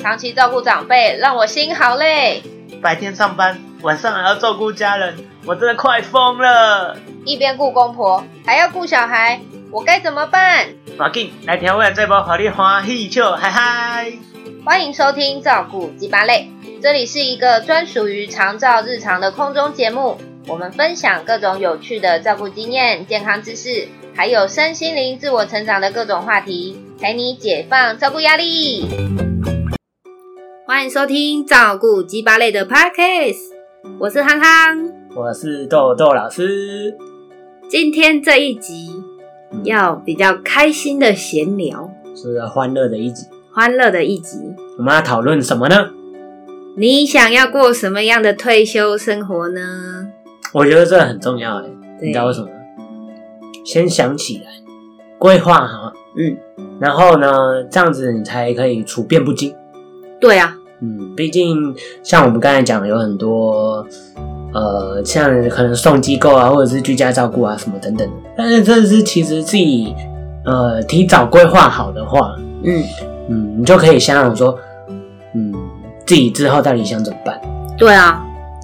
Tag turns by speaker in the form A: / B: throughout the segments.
A: 长期照顾长辈让我心好累，
B: 白天上班，晚上还要照顾家人，我真的快疯了。
A: 一边顾公婆还要顾小孩，我该怎么办？
B: 马进来调味这包，好你欢喜笑，嗨嗨！
A: 欢迎收听《照顾鸡巴类》，这里是一个专属于长照日常的空中节目，我们分享各种有趣的照顾经验、健康知识，还有身心灵自我成长的各种话题，陪你解放照顾压力。欢迎收听《照顾鸡巴类》的 Podcast，我是康康。
B: 我是豆豆老师，
A: 今天这一集要比较开心的闲聊，
B: 是欢乐的一集。
A: 欢乐的一集。
B: 我们要讨论什么呢？
A: 你想要过什么样的退休生活呢？
B: 我觉得这很重要哎，
A: 对
B: 你知道为什么吗？先想起来，规划好，
A: 嗯，
B: 然后呢，这样子你才可以处变不惊。
A: 对啊，
B: 嗯，毕竟像我们刚才讲的，有很多呃，像可能送机构啊，或者是居家照顾啊什么等等的。但是这是其实自己呃提早规划好的话，
A: 嗯，
B: 嗯，你就可以想想说，嗯，自己之后到底想怎么办？
A: 对啊。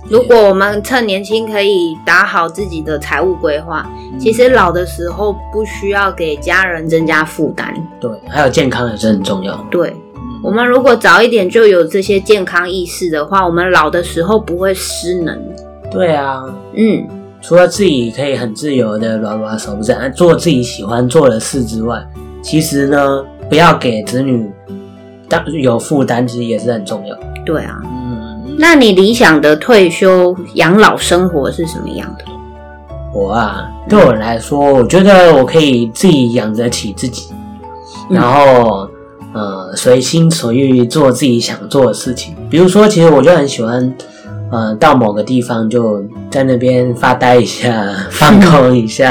A: 如果我们趁年轻可以打好自己的财务规划，其实老的时候不需要给家人增加负担。
B: 对，还有健康也是很重要。
A: 对我
B: 嗯，
A: 们如果早一点就有这些健康意识的话，我们老的时候不会失能。
B: 对啊，
A: 嗯，
B: 除了自己可以很自由的玩玩手指，做自己喜欢做的事之外，其实呢，不要给子女当有负担，其实也是很重要。
A: 对啊。
B: 嗯，
A: 那你理想的退休养老生活是什么样的？
B: 我啊，对我来说，我觉得我可以自己养得起自己，
A: 嗯
B: 然后呃，随心所欲做自己想做的事情。比如说，其实我就很喜欢，呃，到某个地方就在那边发呆一下， 放空一下，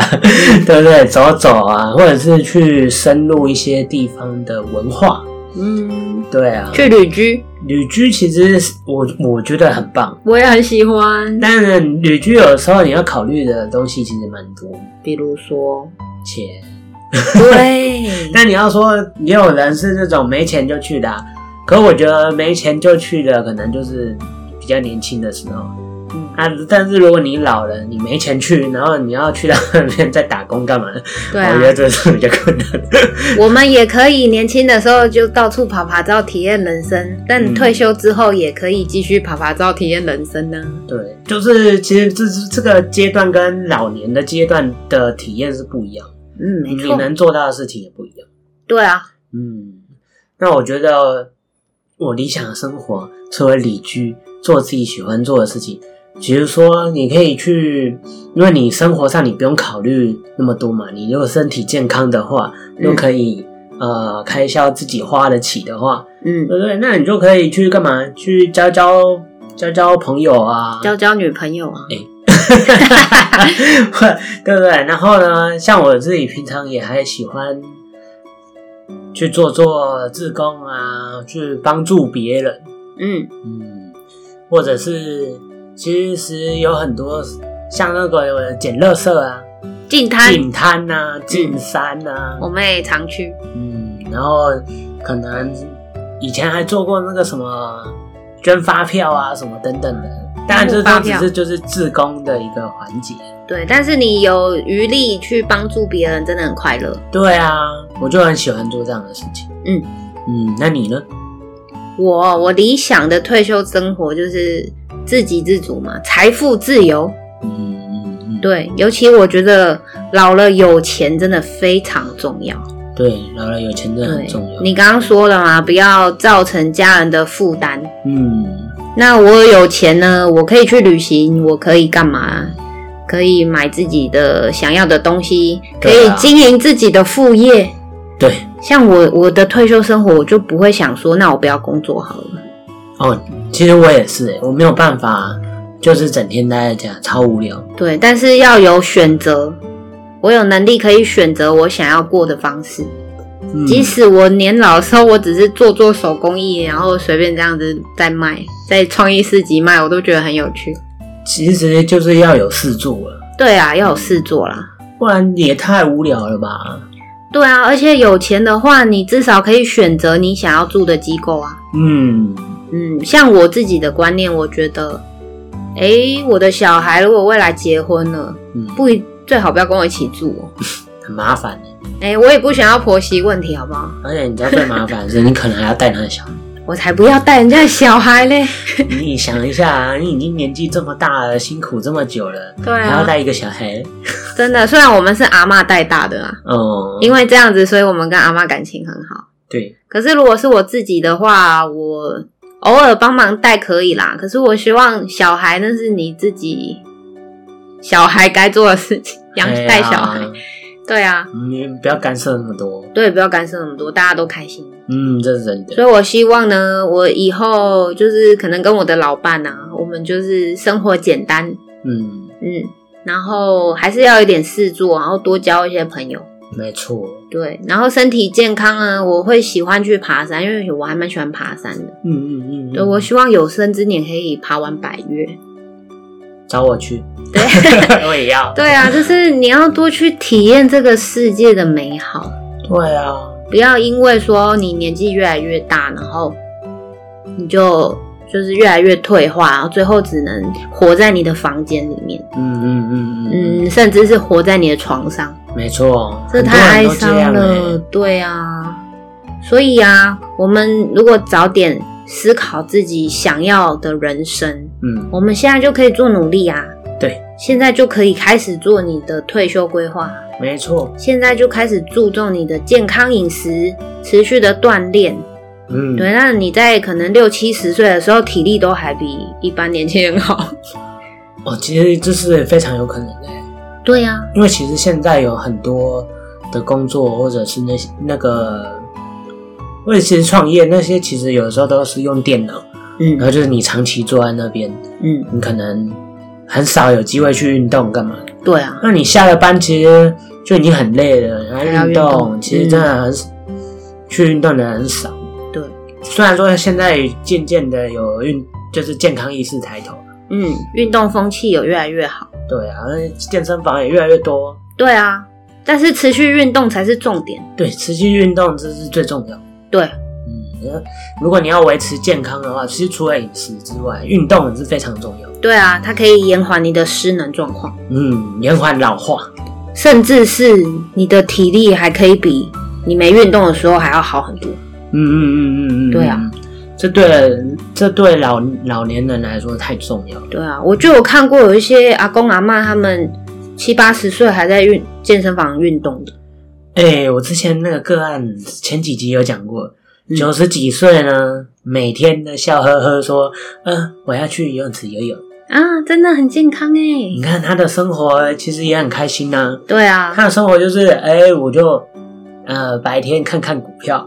B: 对不对？走走啊，或者是去深入一些地方的文化。
A: 嗯，
B: 对啊，
A: 去旅居，
B: 旅居其实是我我觉得很棒。
A: 我也很喜欢。
B: 但是旅居有时候你要考虑的东西其实蛮多，
A: 比如说，
B: 且
A: 对，
B: 但你要说也有人是那种没钱就去的啊、可我觉得没钱就去的，可能就是比较年轻的时候。
A: 嗯
B: 啊，但是如果你老了，你没钱去，然后你要去到那边再打工干嘛？
A: 对
B: 我觉得
A: 啊，
B: 这是比较困难 的。
A: 我们也可以年轻的时候就到处爬爬照，体验人生。但
B: 嗯
A: 退休之后也可以继续爬爬照，体验人生呢。
B: 对，就是其实这是这个阶段跟老年的阶段的体验是不一样，
A: 嗯，没
B: 你
A: 错，
B: 能做到的事情也不一样。
A: 对啊，
B: 嗯，那我觉得我理想的生活，除了旅居，做自己喜欢做的事情，比如说你可以去，因为你生活上你不用考虑那么多嘛，你如果身体健康的话，又可以、呃开销自己花得起的话，
A: 嗯，
B: 对不对？那你就可以去干嘛？去交交交交朋友啊，
A: 交交女朋友啊，
B: 对不对？然后呢，像我自己平常也还喜欢去做做志工啊，去帮助别人，
A: 嗯，
B: 嗯，或者是其实有很多像那个捡垃圾啊、
A: 进摊嗯哦
B: 进滩啊、进山啊，
A: 我们也常去，
B: 嗯，然后可能以前还做过那个什么捐发票啊、什么等等的。当然，这
A: 发
B: 都
A: 票
B: 只是就是志工的一个环节。
A: 对。但是你有余力去帮助别人，真的很快乐。
B: 对啊，我就很喜欢做这样的事情。
A: 嗯
B: 嗯，那你呢？
A: 我我理想的退休生活就是自给自足嘛，财富自由。
B: 嗯嗯嗯，
A: 对，尤其我觉得老了有钱真的非常重要。
B: 对，老了有钱真的
A: 对
B: 很重，要。
A: 你刚刚说了嘛，不要造成家人的负担。
B: 嗯，
A: 那我有钱呢，我可以去旅行，我可以干嘛？可以买自己的想要的东西，可
B: 对
A: 以
B: 啊
A: 经营自己的副业。
B: 对
A: 像我我的退休生活，我就不会想说，那我不要工作好了。
B: 哦，其实我也是、欸，我没有办法，就是整天待在家，超无聊。
A: 对，但是要有选择，我有能力可以选择我想要过的方式。
B: 嗯，
A: 即使我年老的时候，我只是做做手工艺，然后随便这样子在卖，在创意市集卖，我都觉得很有趣。
B: 其实就是要有事做了，
A: 对啊，要有事做啦。
B: 不然也太无聊了吧？
A: 对啊，而且有钱的话，你至少可以选择你想要住的机构啊。
B: 嗯，
A: 嗯，像我自己的观念，我觉得，诶，我的小孩如果未来结婚了，
B: 嗯
A: 不一最好不要跟我一起住哦。
B: 很麻烦的，欸
A: 诶，我也不想要婆媳问题，好不好？
B: 而且你知道最麻烦的是，你可能还要带他的小 孩。
A: 我才不要带人家的小孩嘞。
B: 你想一下、啊，你已经年纪这么大了，辛苦这么久了，
A: 对
B: 还要
A: 啊，
B: 带一个小孩，
A: 真的，虽然我们是阿嬷带大的啊，
B: 哦，
A: 因为这样子，所以我们跟阿嬷感情很好。
B: 对，
A: 可是如果是我自己的话，我偶尔帮忙带可以啦。可是我希望小孩那是你自己小孩该做的事情，养
B: 哎呀
A: 带小孩。对啊，
B: 你不要干涉那么多，
A: 对，不要干涉那么多，大家都开心。
B: 嗯，这是真
A: 所
B: 的，
A: 以我希望呢，我以后就是可能跟我的老伴啊，我们就是生活简单，
B: 嗯，
A: 嗯，然后还是要有点事做，然后多交一些朋友。
B: 没错，
A: 对，然后身体健康呢，我会喜欢去爬山，因为我还蛮喜欢爬山的。
B: 嗯嗯嗯，
A: 对，我希望有生之年可以爬完百越。
B: 找我去，
A: 对，
B: 我也要，
A: 对啊，就是你要多去体验这个世界的美好，
B: 对啊，
A: 不要因为说你年纪越来越大，然后你就就是越来越退化，然后最后只能活在你的房间里面，
B: 嗯嗯嗯嗯
A: 嗯，甚至是活在你的床上，
B: 嗯，没错，
A: 这
B: 很多
A: 太哀
B: 人都这
A: 伤
B: 样
A: 了。
B: 欸，
A: 对啊，所以啊，我们如果早点思考自己想要的人生，
B: 嗯，
A: 我们现在就可以做努力啊。
B: 对，
A: 现在就可以开始做你的退休规划，
B: 没错，
A: 现在就开始注重你的健康饮食，持续的锻炼。
B: 嗯，
A: 对，那你在可能六七十岁的时候，体力都还比一般年轻人好。
B: 哦，其实这是非常有可能的欸，
A: 对呀、
B: 因为其实现在有很多的工作，或者是那些那个，或者其实创业那些，其实有时候都是用电脑，然
A: 嗯
B: 后就是你长期坐在那边，
A: 嗯，
B: 你可能很少有机会去运动干嘛的。
A: 对啊，
B: 那你下了班其实就已经很累了，然
A: 还
B: 后
A: 要
B: 运
A: 运
B: 动，
A: 动
B: 其实真的很、去运动的人很少。
A: 对，
B: 虽然说现在渐渐的有运，就是健康意识抬头，
A: 嗯，运动风气有越来越好。
B: 对啊，那健身房也越来越多。
A: 对啊，但是持续运动才是重点。
B: 对，持续运动这是最重要。
A: 对，
B: 嗯，如果你要维持健康的话，其实除了饮食之外，运动也是非常重要。
A: 对啊，它可以延缓你的失能状况，
B: 嗯，延缓老化。
A: 甚至是你的体力还可以比你没运动的时候还要好很多。
B: 嗯嗯嗯嗯嗯，
A: 对啊，
B: 这对这对老老年人来说太重要了。
A: 对啊，我就有看过有一些阿公阿嬷他们七八十岁还在运健身房运动的。
B: 哎、我之前那个个案前几集有讲过，
A: 嗯
B: 九十、几岁呢，每天的笑呵呵说，嗯、我要去游泳池游泳。
A: 啊，真的很健康
B: 你
A: 哎。
B: 看他的生活其实也很开心呐、
A: 对 啊，
B: 他的生活就是，哎、我就呃白天看看股 票，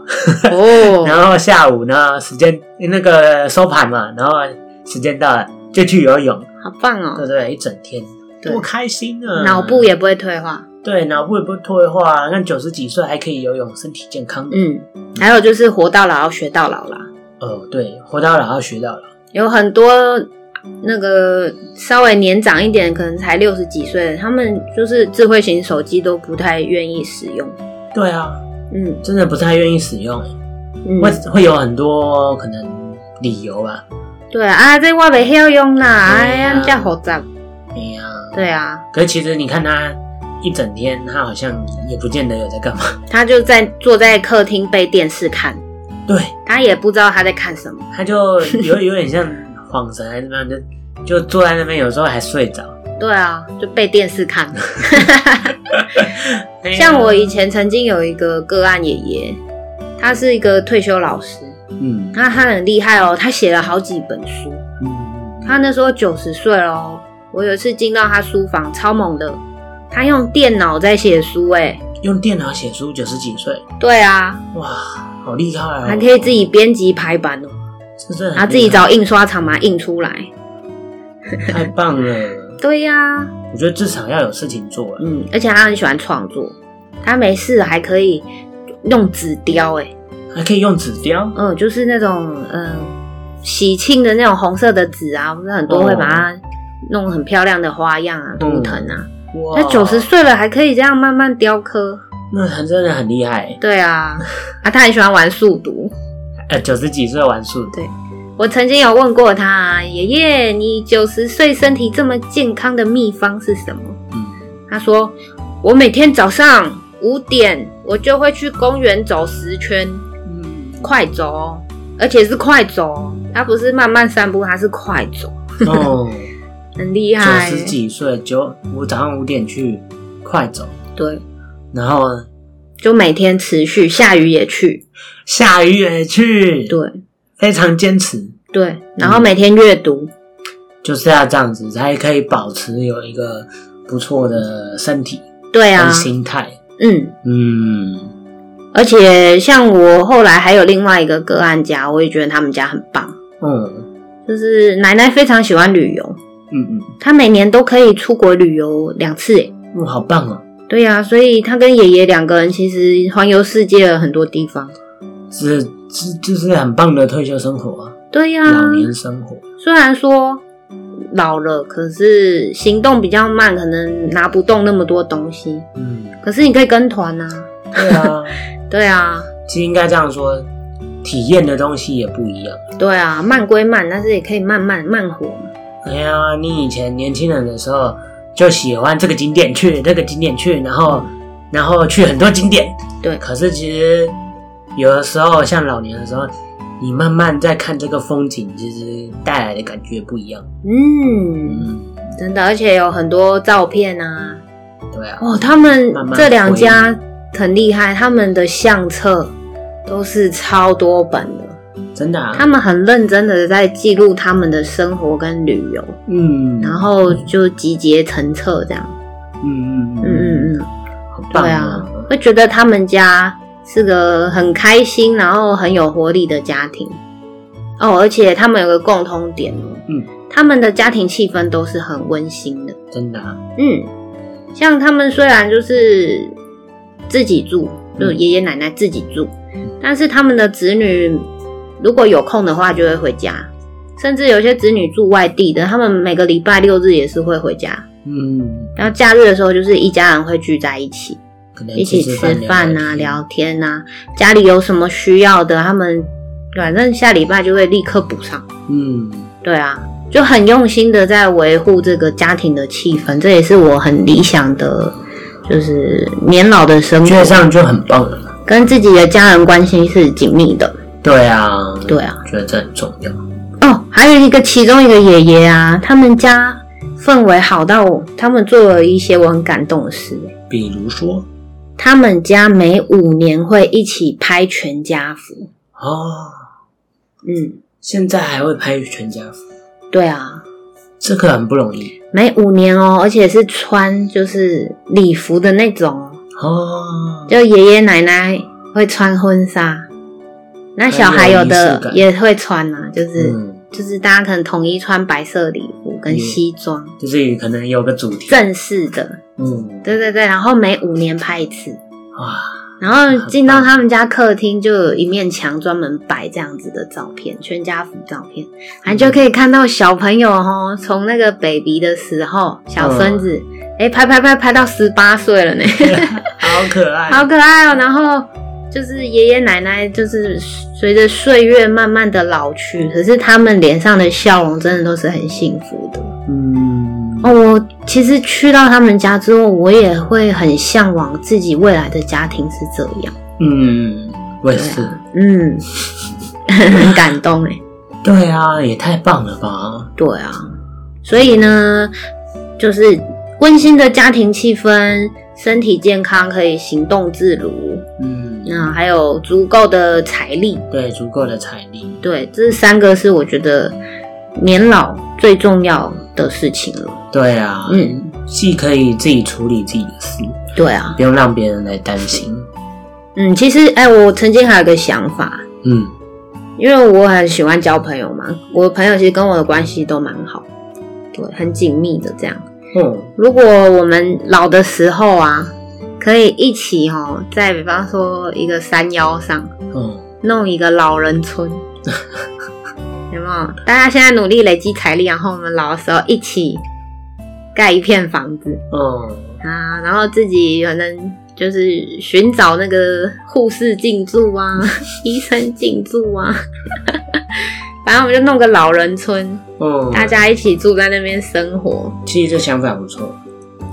A: 哦，
B: 然后下午呢时间那个收盘嘛，然后时间到了就去游泳，
A: 好棒
B: 对不
A: 哦，
B: 对？一整天
A: 对
B: 多开心啊！
A: 脑部也不会退化。
B: 对，脑部也不退化，啊那九十几岁还可以游泳，身体健康。
A: 嗯，还有就是活到老要学到老啦，
B: 哦，对，活到老要学到老。
A: 有很多那个稍微年长一点，可能才六十几岁的，他们就是智慧型手机都不太愿意使用。
B: 对啊，
A: 嗯
B: 真的不太愿意使用，
A: 嗯，
B: 会会有很多可能理由吧。
A: 对啊，啊这我袂晓用啦，
B: 对啊
A: 哎呀，叫复杂。
B: 哎呀，
A: 对啊，
B: 可是其实你看他一整天，他好像也不见得有在干嘛。
A: 他就在坐在客厅被电视看，
B: 对，
A: 他也不知道他在看什么。
B: 他就 有有点像恍神还是怎么样，就就坐在那边，有时候还睡着。
A: 对啊，就被电视看。
B: 哎呀
A: 像我以，前曾经有一个个案爷爷，他是一个退休老师，
B: 嗯
A: 那他很厉害哦，他写了好几本书。
B: 嗯，
A: 他那时候九十岁了哦，我有一次进到他书房，超猛的，他用电脑在写书、哎，
B: 用电脑写书，九十几岁，
A: 对啊，
B: 哇，好厉害哦！
A: 还可以自己编辑排版 哦，
B: 这真的很
A: 然后自己
B: 厉害
A: 找印刷厂嘛印出来，
B: 太棒了！
A: 对呀、
B: 我觉得至少要有事情做啊。
A: 嗯，而且他很喜欢创作，他没事还可以用纸雕、哎，
B: 还可以用纸雕，
A: 嗯，就是那种嗯、喜庆的那种红色的纸啊，不是很多会把它弄很漂亮的花样啊、图腾啊，
B: 哦哇
A: 他九十岁了还可以这样慢慢雕刻，
B: 那他真的很厉害，
A: 对啊，啊，他很喜欢玩速读。
B: 呃，九十几岁玩 数
A: 对我曾经有问过他，爷爷，你九十岁身体这么健康的秘方是什么？
B: 嗯
A: 他说，我每天早上五点，我就会去公园走十圈，
B: 嗯
A: 快走哦，而且是快走哦，他不是慢慢散步，他是快走，
B: 哦，
A: 很厉
B: 九
A: 害。
B: 十几岁，九我早上五点去快走，
A: 对，
B: 然后
A: 就每天持续，下雨也去，
B: 下雨也去，，
A: 对
B: 非常坚持，
A: 对，然
B: 嗯
A: 后每天阅读，
B: 就是要这样子才可以保持有一个不错的身体
A: 对啊
B: 跟，心态。
A: 嗯，
B: 嗯，
A: 而且像我后来还有另外一个个案家，我也觉得他们家很棒。
B: 嗯
A: 就是奶奶非常喜欢旅游，
B: 嗯
A: 她每年都可以出国旅游两次耶。
B: 嗯，哇，好棒哦！
A: 对呀、所以她跟爷爷两个人其实环游世界了很多地方。
B: 这这这是很棒的退休生活啊，
A: 对呀、
B: 老年生活。
A: 虽然说老了，可是行动比较慢，可能拿不动那么多东西。
B: 嗯，
A: 可是你可以跟团啊，
B: 对啊，
A: 对啊，
B: 其实应该这样说，体验的东西也不一样。
A: 对啊，慢归慢，但是也可以慢慢慢活嘛。
B: 哎呀，你以前年轻人的时候就喜欢这个景点去，那个景点去，然后然后去很多景点。
A: 嗯对
B: 可是其实有的时候，像老年的时候，你慢慢在看这个风景，其实带来的感觉不一样。
A: 嗯，
B: 嗯，
A: 真的，而且有很多照片啊，
B: 对啊，
A: 哦，他们
B: 慢慢
A: 这两家很厉害，他们的相册都是超多本的，
B: 真的、啊。
A: 他们很认真的在记录他们的生活跟旅游，
B: 嗯，
A: 然后就集结成册这样。
B: 嗯嗯
A: 嗯
B: 嗯嗯，
A: 嗯嗯，
B: 好棒
A: 对啊，会觉得他们家是个很开心，然后很有活力的家庭。哦，而且他们有个共通点哦，
B: 嗯，
A: 他们的家庭气氛都是很温馨的。
B: 真的、啊。
A: 嗯，像他们虽然就是自己住，就
B: 嗯
A: 爷爷奶奶自己住，但是他们的子女如果有空的话就会回家，甚至有些子女住外地的，他们每个礼拜六日也是会回家，
B: 嗯，
A: 然后假日的时候就是一家人会聚在一起，
B: 可能
A: 一起
B: 吃
A: 吃
B: 饭
A: 饭啊、聊天啊，家里有什么需要的，他们反正下礼拜就会立刻补上。
B: 嗯，
A: 对啊，就很用心的在维护这个家庭的气氛，这也是我很理想的，就是年老的生
B: 我觉得这
A: 活，
B: 样就很棒了啦。
A: 跟自己的家人关系是紧密的。
B: 对啊，
A: 对啊，
B: 觉得这很重要。
A: 哦，还有一个其中一个爷爷啊，他们家氛围好到他们做了一些我很感动的事。
B: 比如说，
A: 他们家每五年会一起拍全家福，
B: 哦，
A: 嗯，
B: 现在还会拍全家福，
A: 对啊，
B: 这个很不容易
A: 每五年哦，而且是穿就是礼服的那种哦，
B: 哦。
A: 就爷爷奶奶会穿婚纱，那小孩有的也会穿啊，就是、
B: 嗯，
A: 就是大家可能统一穿白色礼服跟西装，
B: 就是可能有个主题，
A: 正式的，
B: 嗯，
A: 对对对，然后每五年拍一次，
B: 哇，
A: 然后进到他们家客厅就有一面墙专门摆这样子的照片，全家福照片，啊，你就可以看到小朋友哦，从那个 baby 的时候，小孙子，哎、拍拍拍拍到十八岁了呢。
B: 好可爱，
A: 好可爱哦、然后就是爷爷奶奶，就是随着岁月慢慢的老去，可是他们脸上的笑容真的都是很幸福的。
B: 嗯，
A: 哦，我其实去到他们家之后，我也会很向往自己未来的家庭是这样。
B: 嗯，我也是，
A: 嗯， 很感动哎、
B: 对啊，也太棒了吧，
A: 对啊，所以呢，就是温馨的家庭气氛，身体健康，可以行动自如，
B: 嗯，
A: 那还有足够的财力，
B: 对，足够的财力，
A: 对，这三个是我觉得年老最重要的事情了。
B: 对啊，
A: 嗯，
B: 既可以自己处理自己的事，
A: 对啊，
B: 不用让别人来担心，
A: 嗯，其实哎、我曾经还有一个想法，
B: 嗯，
A: 因为我很喜欢交朋友嘛，我的朋友其实跟我的关系都蛮好，对，很紧密的这样。
B: 嗯，
A: 如果我们老的时候啊，可以一起哦，在比方说一个山腰上
B: 嗯，
A: 弄一个老人村。 有没有？大家现在努力累积财力，然后我们老的时候一起盖一片房子，
B: 嗯，
A: 啊，然后自己可能就是寻找那个护士进驻 啊，医生进驻啊， 反正我们就弄个老人村，
B: 嗯，
A: 大家一起住在那边生活。
B: 其实这想法不错。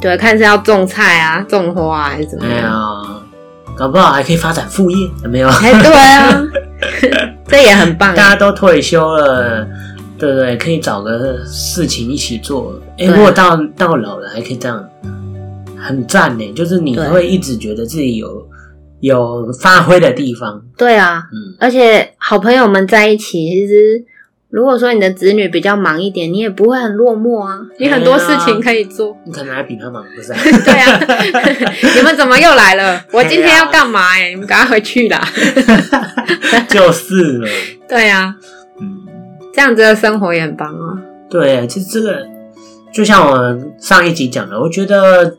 A: 对，看是要种菜啊、种花、啊、还是怎么
B: 哎
A: 样？
B: 呀，搞不好还可以发展副业，有没有？
A: 哎，对啊， 这也很棒。 欸
B: 大家都退休了，对不对？可以找个事情一起做。哎、
A: 对啊
B: 如果到到老了还可以这样，很赞呢。就是你
A: 对
B: 会一直觉得自己有有发挥的地方，
A: 对啊，
B: 嗯，
A: 而且好朋友们在一起，其实如果说你的子女比较忙一点，你也不会很落寞啊，你很多事情可以做。
B: 你可能还比他忙， 不是、啊？
A: 对啊， 你们怎么又来了？我今天要干嘛、欸？你们赶快回去啦！
B: 就是了，
A: 对啊，
B: 嗯，
A: 这样子的生活也很棒啊。
B: 对，其实这个就像我上一集讲的，我觉得，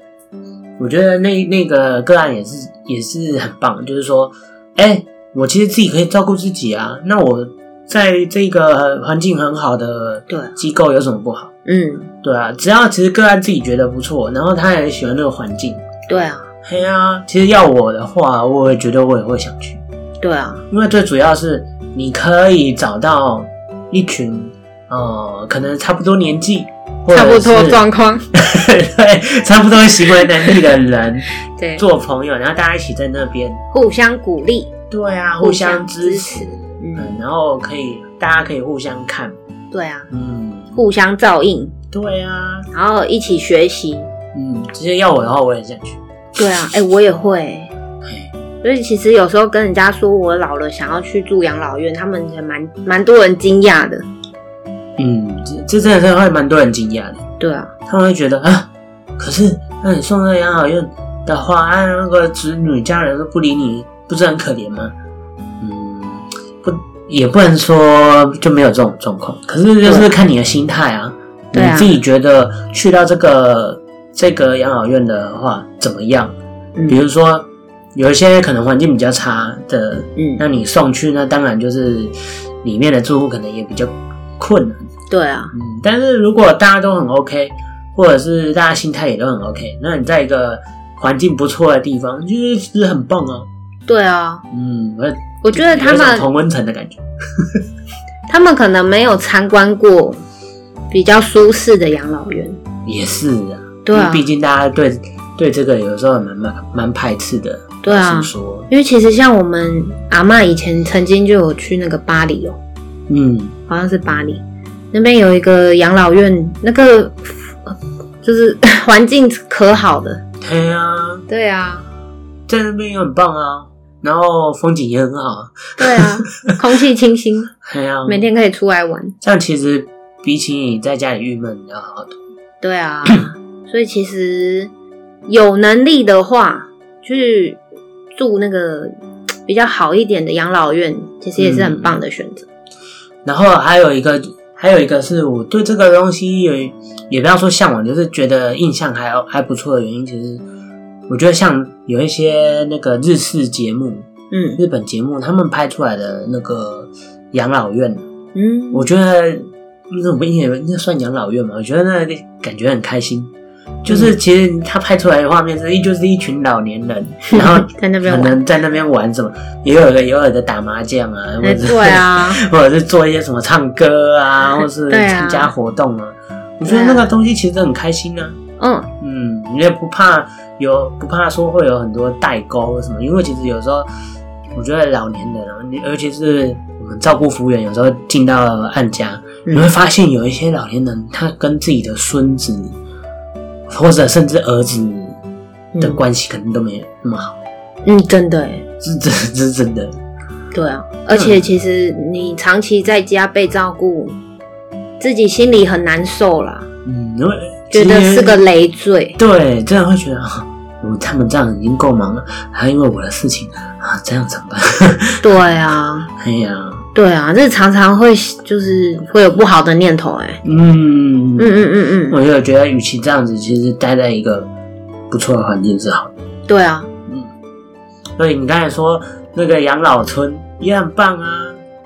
B: 我觉得那那个个案也是也是很棒，就是说，哎、我其实自己可以照顾自己啊，那我在这个环境很好的
A: 对
B: 机构有什么不好？
A: 嗯，
B: 对啊，只要其实个案自己觉得不错，然后他也喜欢那个环境，
A: 对啊，
B: 嘿啊，其实要我的话，我也觉得我也会想去。
A: 对啊，
B: 因为最主要是你可以找到一群呃，可能差不多年纪，或者
A: 差不多
B: 是
A: 状况。
B: 对，差不多行为能力的人
A: 对，
B: 做朋友，然后大家一起在那边，
A: 互相鼓励。
B: 对啊，
A: 互
B: 互
A: 相
B: 相
A: 支
B: 支持
A: 持，嗯，
B: 嗯，然后可以大家可以互相看，
A: 对啊，
B: 嗯，
A: 互相照应，
B: 对啊，
A: 然后一起学习。
B: 嗯，其实要我的话，我也想去，
A: 对啊，哎、我也会欸、
B: 嘿
A: 所以其实有时候跟人家说我老了想要去住养老院，他们也蛮蛮多人惊讶的。
B: 嗯，这这真的是会蛮多人惊讶的。
A: 对啊，
B: 他们会觉得啊，可是那你送到养老院的话，啊，那个子女家人都不理你，不是很可怜吗？嗯，不，也不能说就没有这种状况，可是就是
A: 对
B: 看你的心态啊，你
A: 对啊
B: 自己觉得去到这个这个养老院的话怎么样？
A: 嗯
B: 比如说有一些可能环境比较差的，
A: 嗯，
B: 那你送去，那当然就是里面的住户可能也比较困难。
A: 对啊，
B: 嗯，但是如果大家都很 OK，或者是大家心态也都很 OK，那你在一个环境不错的地方，就是其实很棒啊。
A: 对啊，
B: 嗯，我
A: 我觉得他
B: 有一种
A: 们
B: 同温层的感觉。
A: 他们可能没有参观过比较舒适的养老院。
B: 也是啊，
A: 对
B: 因为
A: 啊，
B: 毕竟大家对对这个有时候蛮蛮蛮排斥的。
A: 对啊
B: 老实说，
A: 因为其实像我们阿嬷以前曾经就有去那个巴黎哦，
B: 嗯，
A: 好像是巴黎那边有一个养老院，那个呃就是 环境可好的。
B: 对啊，
A: 对啊，
B: 在那边也很棒啊，然后风景也很好。
A: 对啊，空气清新，
B: 对啊，
A: 每天可以出来玩。
B: 这样其实比起你在家里郁闷要好多。
A: 对 啊，所以其实有能力的话，去住那个比较好一点的养老院，其实也是很棒的选择。
B: 然后还有一个，还有一个是我对这个东西有，也不要说向往，就是觉得印象还还不错的原因，其实我觉得像有一些那个日式节目、
A: 嗯
B: 日本节目，他们拍出来的那个养老院，
A: 嗯，
B: 我觉得那种不也那算养老院嘛？我觉得那个感觉很开心。就是其实他拍出来的画面是一就是一群老年 人，然后
A: 在那边
B: 可
A: 玩。
B: 能在那边玩什么，也有的也有的打麻将啊，或
A: 哎，
B: 者是
A: 对啊，
B: 或者是做一些什么唱歌啊，或是
A: 对啊
B: 参加活动啊。我觉得那个东西其实很开心啊，
A: 嗯，
B: 嗯，你也不怕有不怕说会有很多代沟什么，因为其实有时候我觉得老年人啊，你尤其是我们照顾服务员，有时候进到案家，
A: 嗯
B: 你会发现有一些老年人他跟自己的孙子或者甚至儿子的
A: 嗯
B: 关系可能都没有那么好，
A: 嗯，真的哎，
B: 是真是真的，
A: 对啊，而且其实你长期在家被照顾，自己心里很难受啦，
B: 嗯，因为
A: 觉得
B: 其实
A: 是个累赘。
B: 对，真的会觉得 啊，我他们这样已经够忙了，还因为我的事情啊，这样怎么办？
A: 对啊，
B: 哎呀，
A: 对啊，这常常会就是会有不好的念头哎。
B: 嗯
A: 嗯嗯嗯嗯，
B: 我就觉得，与其这样子，其实待在一个不错的环境是好的。嗯
A: 对啊，
B: 所以你刚才说那个养老村也很棒啊，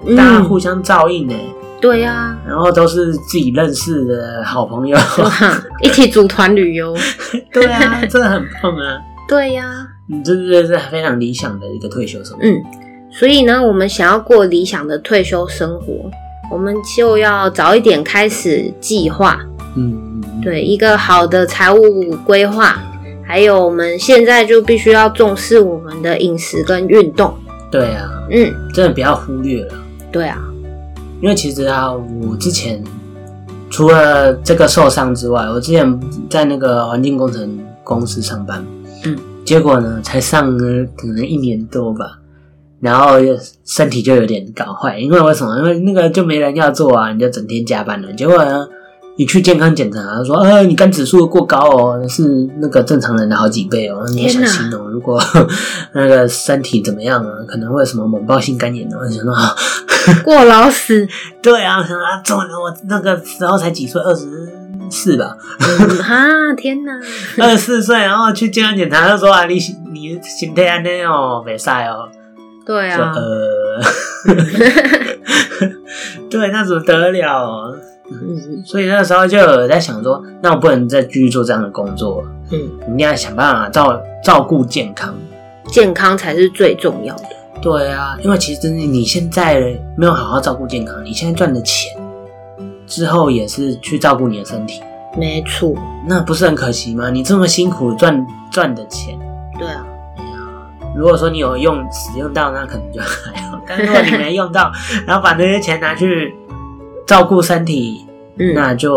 A: 嗯
B: 大家互相照应呢、欸
A: 对啊呀、
B: 然后都是自己认识的好朋友，
A: 啊，一起组团旅游，
B: 对啊，真的很棒啊。
A: 对呀、
B: 嗯这这这是非常理想的一个退休生活。
A: 嗯，所以呢，我们想要过理想的退休生活，我们就要早一点开始计划，
B: 嗯，嗯，
A: 对一个好的财务规划，还有我们现在就必须要重视我们的饮食跟运动。
B: 对啊，
A: 嗯，
B: 真的不要忽略了，
A: 对啊，
B: 因为其实啊，我之前除了这个受伤之外，我之前在那个环境工程公司上班，
A: 嗯，
B: 结果呢，才上了可能一年多吧。然后身体就有点搞坏，因为为什么？因为那个就没人要做啊，你就整天加班了。结果呢，一去健康检查，他说：“呃，你肝指数过高哦，是那个正常人的好几倍哦，你要小
A: 天哪
B: 心哦。如果那个身体怎么样啊，可能会有什么猛暴性肝炎哦。”我想到，啊
A: 过劳死，
B: 对啊，我想到怎么我那个时候才几岁，二十四吧，
A: 嗯哈，天哪，
B: 二十四岁，然后去健康检查，他说：“啊，你你心态安内哦，没晒哦。”
A: 对
B: 就
A: 啊，
B: 呃， 对，那怎么得了、哦？
A: 嗯
B: 所以那时候就有在想说，那我不能再继续做这样的工作了，
A: 嗯，
B: 一定要想办法照照顾健康。
A: 健康才是最重要的。
B: 对啊，因为其实你现在没有好好照顾健康，你现在赚的钱之后也是去照顾你的身体，
A: 没错，
B: 那不是很可惜吗？你这么辛苦赚赚的钱，
A: 对啊，
B: 如果说你有用使用到，那可能就还好；但如果你没用到，然后把那些钱拿去照顾身体，
A: 嗯，
B: 那就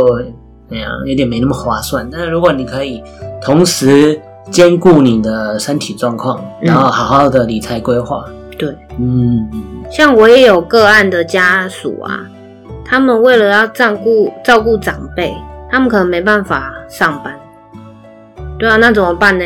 B: 那样有点没那么划算。但是如果你可以同时兼顾你的身体状况，
A: 嗯
B: 然后好好的理财规划，
A: 对，
B: 嗯，
A: 像我也有个案的家属啊，他们为了要照顾照顾长辈，他们可能没办法上班。对啊，那怎么办呢？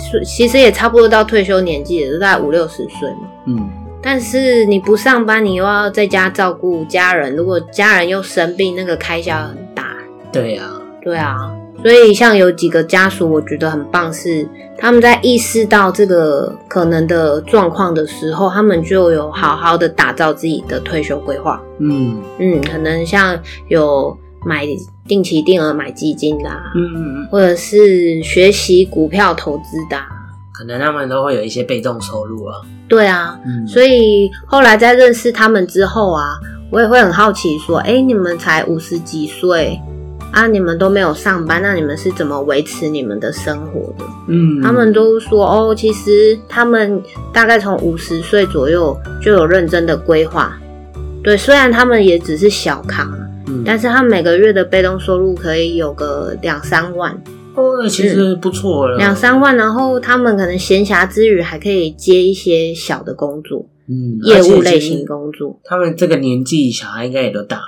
A: 是其实也差不多到退休年纪了，大概五六十岁嘛。
B: 嗯，
A: 但是你不上班，你又要在家照顾家人，如果家人又生病，那个开销很大。
B: 对呀、
A: 对啊，所以像有几个家属，我觉得很棒是，他们在意识到这个可能的状况的时候，他们就有好好的打造自己的退休规划。
B: 嗯
A: 嗯，可能像有买定期定额买基金的、啊，
B: 嗯嗯嗯，
A: 或者是学习股票投资的、啊。
B: 可能他们都会有一些被动收入啊，
A: 对啊，
B: 嗯，
A: 所以后来在认识他们之后啊，我也会很好奇说，哎、你们才五十几岁啊，你们都没有上班，那你们是怎么维持你们的生活的？
B: 嗯，
A: 他们都说哦，其实他们大概从五十岁左右就有认真的规划。对，虽然他们也只是小康，
B: 嗯，
A: 但是他们每个月的被动收入可以有个两三万，
B: 哦，其实不错了，
A: 两三，万，然后他们可能闲暇之余还可以接一些小的工作，
B: 嗯，
A: 业务类
B: 而且其
A: 型
B: 实
A: 工作
B: 他们这个年纪，小孩应该也都大了，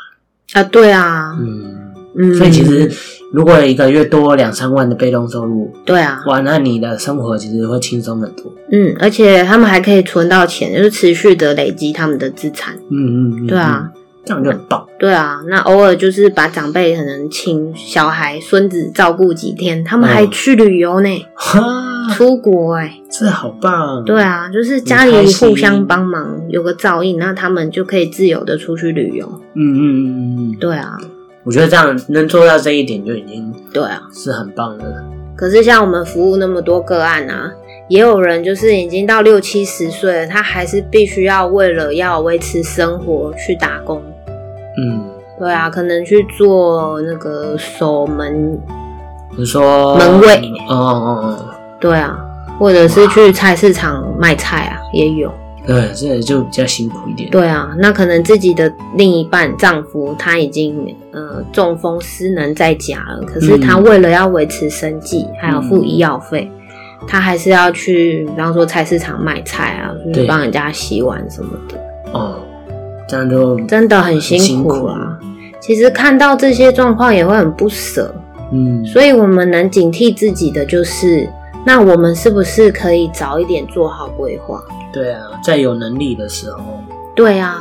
A: 啊，对啊，
B: 嗯，
A: 嗯，
B: 所以其实如果一个月多两三万的被动收入，
A: 对啊，
B: 哇，那你的生活其实会轻松很多，
A: 嗯，而且他们还可以存到钱，就是持续的累积他们的资产，
B: 嗯嗯，嗯
A: 对啊，，
B: 嗯这样就很棒，
A: 对啊，那偶尔就是把长辈可能请小孩、孙子照顾几天，他们还
B: 嗯
A: 去旅游呢，
B: 哇，
A: 出国哎、
B: 这好棒，
A: 对，啊，就是家
B: 嗯很开
A: 里
B: 心
A: 互相帮忙，有个照应，那他们就可以自由的出去旅游。
B: 嗯嗯嗯嗯，嗯，
A: 对啊，
B: 我觉得这样能做到这一点就已经
A: 对啊。
B: 是很棒的，
A: 可是像我们服务那么多个案啊，也有人就是已经到六七十岁了，他还是必须要为了要维持生活去打工。
B: 嗯，
A: 对啊，可能去做那个守门
B: 你说
A: 门卫，
B: 哦哦
A: 对啊，或者是去菜市场卖菜啊，也有。
B: 哦，对，这就比较辛苦一点，
A: 对啊，那可能自己的另一半丈夫他已经呃中风失能在家了，可是他为了要维持生计，还有付医药费，他还是要去，比方说菜市场卖菜啊，就是
B: 对
A: 帮人家洗碗什么的，
B: 哦，这样就
A: 真的很辛
B: 辛
A: 苦
B: 苦
A: 啊。其实看到这些状况也会很不舍，
B: 嗯，
A: 所以我们能警惕自己的就是，那我们是不是可以早一点做好规划？
B: 对啊，在有能力的时候，
A: 对啊，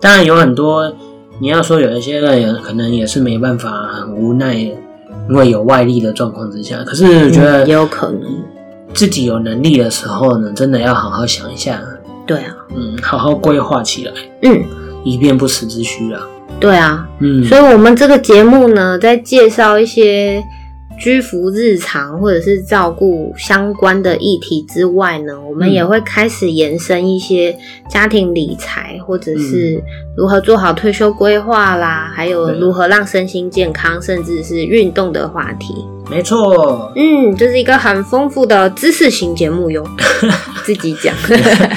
B: 当然有很多，你要说有一些人也可能也是没办法，很无奈，因为有外力的状况之下。可是我觉
A: 嗯也
B: 得
A: 有可能，
B: 自己有能力的时候呢，真的要好好想一下，
A: 对啊，
B: 嗯，好好规划起来，
A: 嗯，以
B: 以便不时之需啊。
A: 对啊，
B: 嗯，
A: 所以我们这个节目呢，在介绍一些居服日常或者是照顾相关的议题之外呢，我们
B: 嗯
A: 也会开始延伸一些家庭理财，或
B: 嗯
A: 者是如何做好退休规划啦，还有
B: 对
A: 如何让身心健康，甚至是运动的话题。
B: 没错，
A: 嗯，这是一个很丰富的知识型节目 哟，自己讲。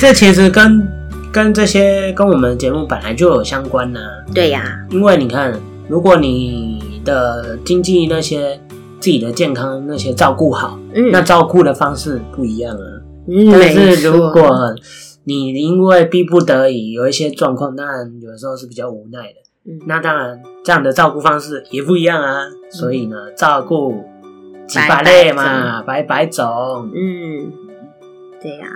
B: 这其实跟跟这些跟我们节目本来就有相关呐、
A: 对呀、
B: 因为你看，如果你的经济那些自己的健康那些照顾好，
A: 嗯，
B: 那照顾的方式不一样啊。
A: 嗯
B: 但
A: 没
B: 是
A: 错
B: 如果你因为逼不得已有一些状况，当然有时候是比较无奈的。
A: 嗯
B: 那当然，这样的照顾方式也不一样啊。所以
A: 嗯
B: 呢，照顾几百类嘛，百百种。
A: 嗯，对呀、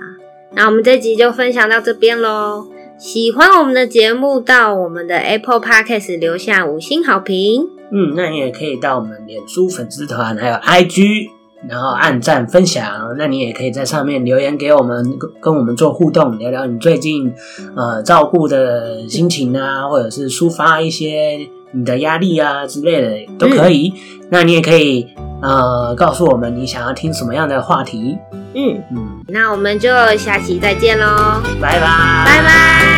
A: 那我们这集就分享到这边喽。喜欢我们的节目，到我们的 Apple Podcast 留下五星好评。
B: 嗯，那你也可以到我们脸书粉丝团，还有 IG，然后按赞分享。那你也可以在上面留言给我们，跟跟我们做互动，聊聊你最近呃照顾的心情啊，或者是抒发一些你的压力啊之类的都可以。那你也可以呃告诉我们你想要听什么样的话题。
A: 嗯，
B: 嗯，
A: 那我们就下期再见喽，
B: 拜拜，
A: 拜拜。